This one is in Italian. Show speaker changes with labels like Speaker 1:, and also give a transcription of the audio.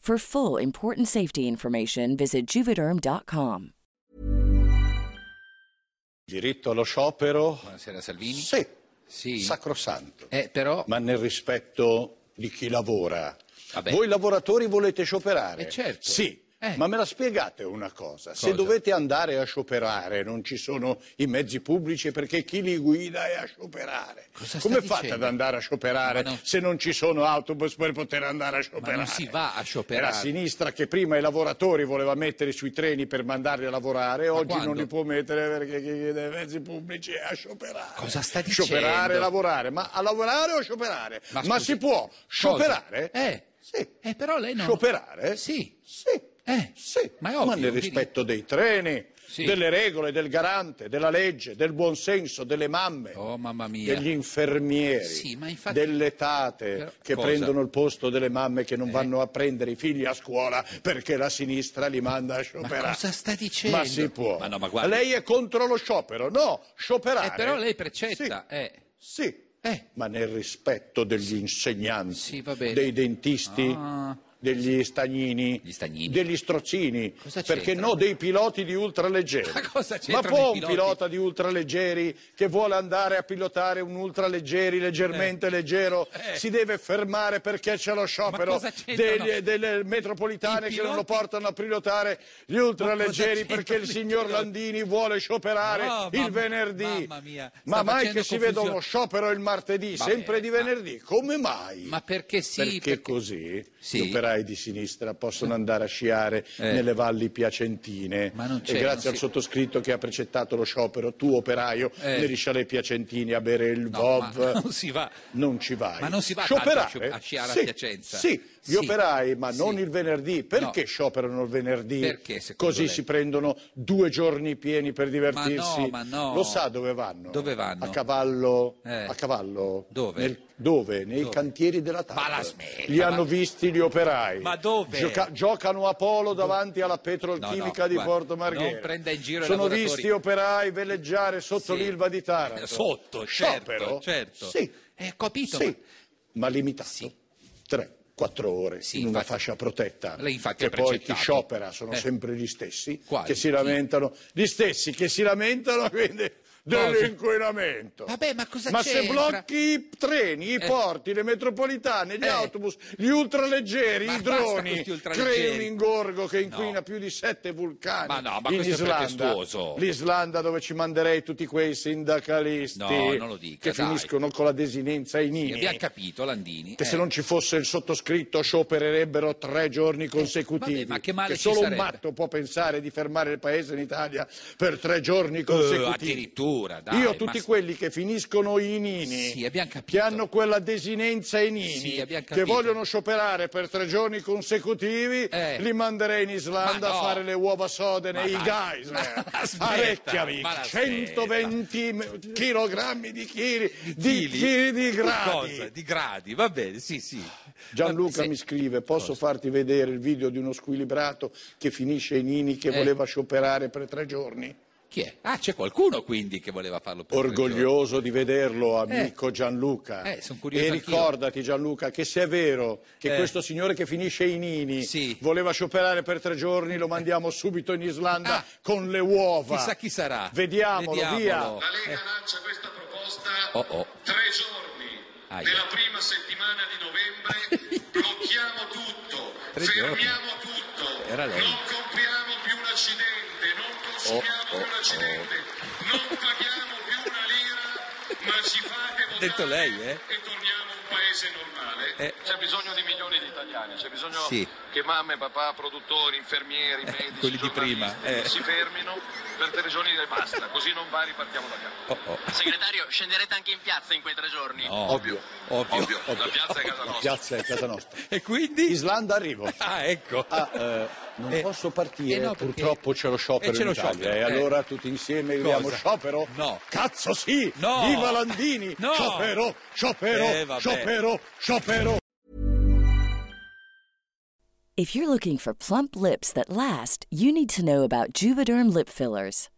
Speaker 1: For full important safety information, visit juvederm.com.
Speaker 2: diritto allo sciopero
Speaker 3: Buonasera Salvini.
Speaker 2: sì,
Speaker 3: Sì.
Speaker 2: sacrosanto,
Speaker 3: Eh, però
Speaker 2: ma nel rispetto di chi lavora.
Speaker 3: Vabbè.
Speaker 2: Voi lavoratori volete scioperare?
Speaker 3: Ah, Eh, certo.
Speaker 2: Sì.
Speaker 3: Eh.
Speaker 2: Ma me la spiegate una cosa, se
Speaker 3: Cosa?
Speaker 2: dovete andare a scioperare, non ci sono i mezzi pubblici perché chi li guida è a scioperare.
Speaker 3: Cosa sta
Speaker 2: Come
Speaker 3: dicendo?
Speaker 2: fate ad andare a scioperare
Speaker 3: Ma non-
Speaker 2: se non ci sono autobus per poter andare a scioperare?
Speaker 3: si va a scioperare.
Speaker 2: È la sinistra che prima i lavoratori voleva mettere sui treni per mandarli a lavorare, oggi non
Speaker 3: quando?
Speaker 2: li può mettere perché chi chiede i mezzi pubblici è a scioperare.
Speaker 3: Cosa sta
Speaker 2: Scioperare,
Speaker 3: dicendo?
Speaker 2: lavorare, ma a lavorare o scioperare? Ma,
Speaker 3: Ma scusi,
Speaker 2: si può scioperare?
Speaker 3: Eh.
Speaker 2: Sì.
Speaker 3: Eh, però lei non-
Speaker 2: Scioperare?
Speaker 3: Sì.
Speaker 2: Sì.
Speaker 3: Eh.
Speaker 2: Sì.
Speaker 3: Ma è ovvio,
Speaker 2: nel
Speaker 3: quindi-
Speaker 2: rispetto dei treni,
Speaker 3: Sì.
Speaker 2: delle regole, del garante, della legge, del buonsenso, delle mamme.
Speaker 3: Oh mamma mia.
Speaker 2: Degli infermieri,
Speaker 3: Sì, ma infatti-
Speaker 2: delle tate
Speaker 3: Però-
Speaker 2: che
Speaker 3: Cosa? Eh.
Speaker 2: prendono il posto delle mamme che non vanno a prendere i figli a scuola perché la sinistra li manda a
Speaker 3: Ma
Speaker 2: scioperare.
Speaker 3: cosa sta dicendo?
Speaker 2: Ma si può.
Speaker 3: Ma no, ma guarda.
Speaker 2: Lei è contro lo sciopero? No, scioperare.
Speaker 3: Eh, però lei precetta,
Speaker 2: Sì.
Speaker 3: eh.
Speaker 2: Sì.
Speaker 3: Eh.
Speaker 2: Ma nel rispetto degli insegnanti,
Speaker 3: Sì, va bene.
Speaker 2: dei dentisti,
Speaker 3: Ah.
Speaker 2: degli stagnini,
Speaker 3: Gli stagnini.
Speaker 2: degli strozzini,
Speaker 3: Cosa c'entra?
Speaker 2: perché no dei piloti di ultraleggeri.
Speaker 3: Ma cosa
Speaker 2: Ma
Speaker 3: c'entrano
Speaker 2: può
Speaker 3: i
Speaker 2: un
Speaker 3: piloti?
Speaker 2: pilota di ultraleggeri che vuole andare a pilotare un ultraleggeri leggermente leggero
Speaker 3: Eh.
Speaker 2: si deve fermare perché c'è lo sciopero
Speaker 3: cosa c'entrano?
Speaker 2: degli- delle metropolitane
Speaker 3: I
Speaker 2: che non lo
Speaker 3: piloti?
Speaker 2: portano a pilotare gli ultraleggeri
Speaker 3: c'entrano
Speaker 2: perché il
Speaker 3: i
Speaker 2: signor
Speaker 3: piloti?
Speaker 2: Landini vuole scioperare
Speaker 3: No,
Speaker 2: il
Speaker 3: mamma-
Speaker 2: venerdì.
Speaker 3: mamma mia, sta
Speaker 2: Ma mai
Speaker 3: facendo
Speaker 2: che si veda
Speaker 3: confusione.
Speaker 2: uno sciopero il martedì,
Speaker 3: Vabbè,
Speaker 2: sempre di
Speaker 3: ma-
Speaker 2: venerdì. Come mai?
Speaker 3: Ma perché Eh, sì?
Speaker 2: perché, così
Speaker 3: Sì.
Speaker 2: gli operai di sinistra possono andare a sciare
Speaker 3: Eh.
Speaker 2: nelle valli piacentine
Speaker 3: Ma non c'è,
Speaker 2: e grazie
Speaker 3: non
Speaker 2: al
Speaker 3: si-
Speaker 2: sottoscritto che ha precettato lo sciopero tu operaio
Speaker 3: Eh.
Speaker 2: nelle sciale piacentine a bere il
Speaker 3: No,
Speaker 2: Vov
Speaker 3: ma non si va.
Speaker 2: non ci vai
Speaker 3: Ma non si va tanto a sci- a sciare a
Speaker 2: sì,
Speaker 3: Piacenza.
Speaker 2: sì, gli
Speaker 3: Sì.
Speaker 2: operai ma non
Speaker 3: Sì.
Speaker 2: il venerdì perché
Speaker 3: No.
Speaker 2: scioperano il venerdì
Speaker 3: Perché, secondo
Speaker 2: così
Speaker 3: lei?
Speaker 2: si prendono due giorni pieni per divertirsi
Speaker 3: ma no.
Speaker 2: lo sa dove vanno?
Speaker 3: Dove vanno?
Speaker 2: a cavallo
Speaker 3: Eh.
Speaker 2: a cavallo
Speaker 3: Dove?
Speaker 2: Nel- dove? nei
Speaker 3: Dove?
Speaker 2: cantieri della TAP
Speaker 3: Ma la smetta,
Speaker 2: li
Speaker 3: ma-
Speaker 2: hanno visti gli operai
Speaker 3: Ma dove?
Speaker 2: Gioca- giocano a polo davanti alla petrolchimica
Speaker 3: No, no,
Speaker 2: di
Speaker 3: guarda,
Speaker 2: Porto Marghera
Speaker 3: non prenda in giro i
Speaker 2: sono
Speaker 3: lavoratori.
Speaker 2: visti operai veleggiare sotto
Speaker 3: Sì.
Speaker 2: l'Ilva di Taranto
Speaker 3: Sotto, certo,
Speaker 2: sciopero?
Speaker 3: certo.
Speaker 2: sì
Speaker 3: Eh, capito,
Speaker 2: Sì,
Speaker 3: ma-
Speaker 2: ma limitato.
Speaker 3: Sì.
Speaker 2: Tre, quattro ore
Speaker 3: Sì,
Speaker 2: in una
Speaker 3: infatti.
Speaker 2: fascia protetta.
Speaker 3: Lei infatti
Speaker 2: che
Speaker 3: ha
Speaker 2: poi chi
Speaker 3: precettato.
Speaker 2: sciopera sono
Speaker 3: Eh.
Speaker 2: sempre gli stessi
Speaker 3: Quali?
Speaker 2: che si
Speaker 3: Chi?
Speaker 2: lamentano, gli stessi che si lamentano quindi dell'inquinamento.
Speaker 3: Vabbè, ma cosa
Speaker 2: Ma se
Speaker 3: c'entra?
Speaker 2: blocchi i treni, i porti, le metropolitane, gli
Speaker 3: Eh.
Speaker 2: autobus, gli ultraleggeri,
Speaker 3: Ma
Speaker 2: i
Speaker 3: basta
Speaker 2: droni,
Speaker 3: questi ultraleggeri.
Speaker 2: crei un ingorgo che inquina
Speaker 3: No.
Speaker 2: più di sette vulcani
Speaker 3: Ma no, ma
Speaker 2: in
Speaker 3: questo è
Speaker 2: Islanda,
Speaker 3: pretestuoso.
Speaker 2: l'Islanda dove ci manderei tutti quei sindacalisti
Speaker 3: No, non lo dica,
Speaker 2: che
Speaker 3: dai.
Speaker 2: finiscono con la desinenza ai nini
Speaker 3: Abbiamo capito, Landini.
Speaker 2: che
Speaker 3: eh.
Speaker 2: se non ci fosse il sottoscritto sciopererebbero tre giorni consecutivi.
Speaker 3: Eh, vabbè, ma che male ci
Speaker 2: solo un
Speaker 3: sarebbe?
Speaker 2: matto può pensare di fermare il paese in Italia per tre giorni
Speaker 3: Eh,
Speaker 2: consecutivi.
Speaker 3: addirittura, dai.
Speaker 2: Io
Speaker 3: ma
Speaker 2: tutti
Speaker 3: s-
Speaker 2: quelli che finiscono i nini,
Speaker 3: Sì, abbiamo capito.
Speaker 2: che hanno quella desinenza ai nini,
Speaker 3: Sì, abbiamo
Speaker 2: che
Speaker 3: capito.
Speaker 2: vogliono scioperare per tre giorni consecutivi,
Speaker 3: Eh.
Speaker 2: li manderei in Islanda
Speaker 3: Ma no.
Speaker 2: a fare le uova sode nei
Speaker 3: dai.
Speaker 2: geyser,
Speaker 3: Ma la
Speaker 2: a
Speaker 3: smetta,
Speaker 2: Reykjavik,
Speaker 3: ma la smetta.
Speaker 2: 120 me- chilogrammi di chili, di,
Speaker 3: Chili?
Speaker 2: chili di gradi.
Speaker 3: Cosa? Di gradi, va bene, sì, Eh, sì.
Speaker 2: Gianluca
Speaker 3: Se-
Speaker 2: mi scrive, posso farti vedere il video di uno squilibrato che finisce i nini che
Speaker 3: Eh.
Speaker 2: voleva scioperare per tre giorni?
Speaker 3: Chi è? Ah, c'è qualcuno quindi che voleva farlo per tre
Speaker 2: Orgoglioso di vederlo, amico Gianluca.
Speaker 3: Eh, son curioso
Speaker 2: e
Speaker 3: anch'io.
Speaker 2: ricordati, Gianluca, che se è vero che
Speaker 3: Eh.
Speaker 2: questo signore che finisce i nini
Speaker 3: Sì.
Speaker 2: voleva scioperare per tre giorni, lo mandiamo subito in Islanda
Speaker 3: Ah.
Speaker 2: con le uova.
Speaker 3: Chissà chi sarà.
Speaker 2: Vediamolo, via.
Speaker 3: Vediamolo.
Speaker 4: La Lega lancia questa proposta
Speaker 3: Eh. Oh, oh.
Speaker 4: tre giorni.
Speaker 3: Aia.
Speaker 4: Nella prima settimana di novembre blocchiamo tutto,
Speaker 3: Tre
Speaker 4: fermiamo tutto,
Speaker 3: Era lei.
Speaker 4: non compriamo più un accidente, non consumiamo
Speaker 3: Oh, oh,
Speaker 4: più un accidente, non paghiamo più una lira, ma ci fate votare
Speaker 3: Detto lei, eh.
Speaker 4: e torniamo un paese normale.
Speaker 3: Eh.
Speaker 4: C'è bisogno di milioni di italiani, c'è bisogno
Speaker 3: Sì.
Speaker 4: che mamme, papà, produttori, infermieri, medici,
Speaker 3: Eh, quelli di prima,
Speaker 4: giornalisti
Speaker 3: eh.
Speaker 4: si fermino per tre giorni e basta, così non va ripartiamo da capo.
Speaker 3: Oh, oh.
Speaker 5: Segretario, scenderete anche in piazza in quei tre giorni?
Speaker 3: No, ovvio, ovvio.
Speaker 4: La piazza è casa
Speaker 2: La
Speaker 4: nostra.
Speaker 2: piazza è casa nostra.
Speaker 3: E quindi?
Speaker 2: Islanda arrivo.
Speaker 3: Ah, ecco.
Speaker 2: Ah, eh, non
Speaker 3: Eh,
Speaker 2: posso partire,
Speaker 3: eh no, perché-
Speaker 2: purtroppo c'è lo sciopero
Speaker 3: eh, c'è
Speaker 2: in
Speaker 3: lo
Speaker 2: Italia.
Speaker 3: sciopero,
Speaker 2: E
Speaker 3: eh.
Speaker 2: allora tutti insieme
Speaker 3: Cosa?
Speaker 2: gridiamo sciopero?
Speaker 3: No.
Speaker 2: Cazzo sì!
Speaker 3: No.
Speaker 2: Viva Landini!
Speaker 3: No.
Speaker 2: Sciopero, sciopero,
Speaker 3: Eh, vabbè.
Speaker 2: sciopero, sciopero!
Speaker 1: If you're looking for plump lips that last, you need to know about Juvederm lip fillers.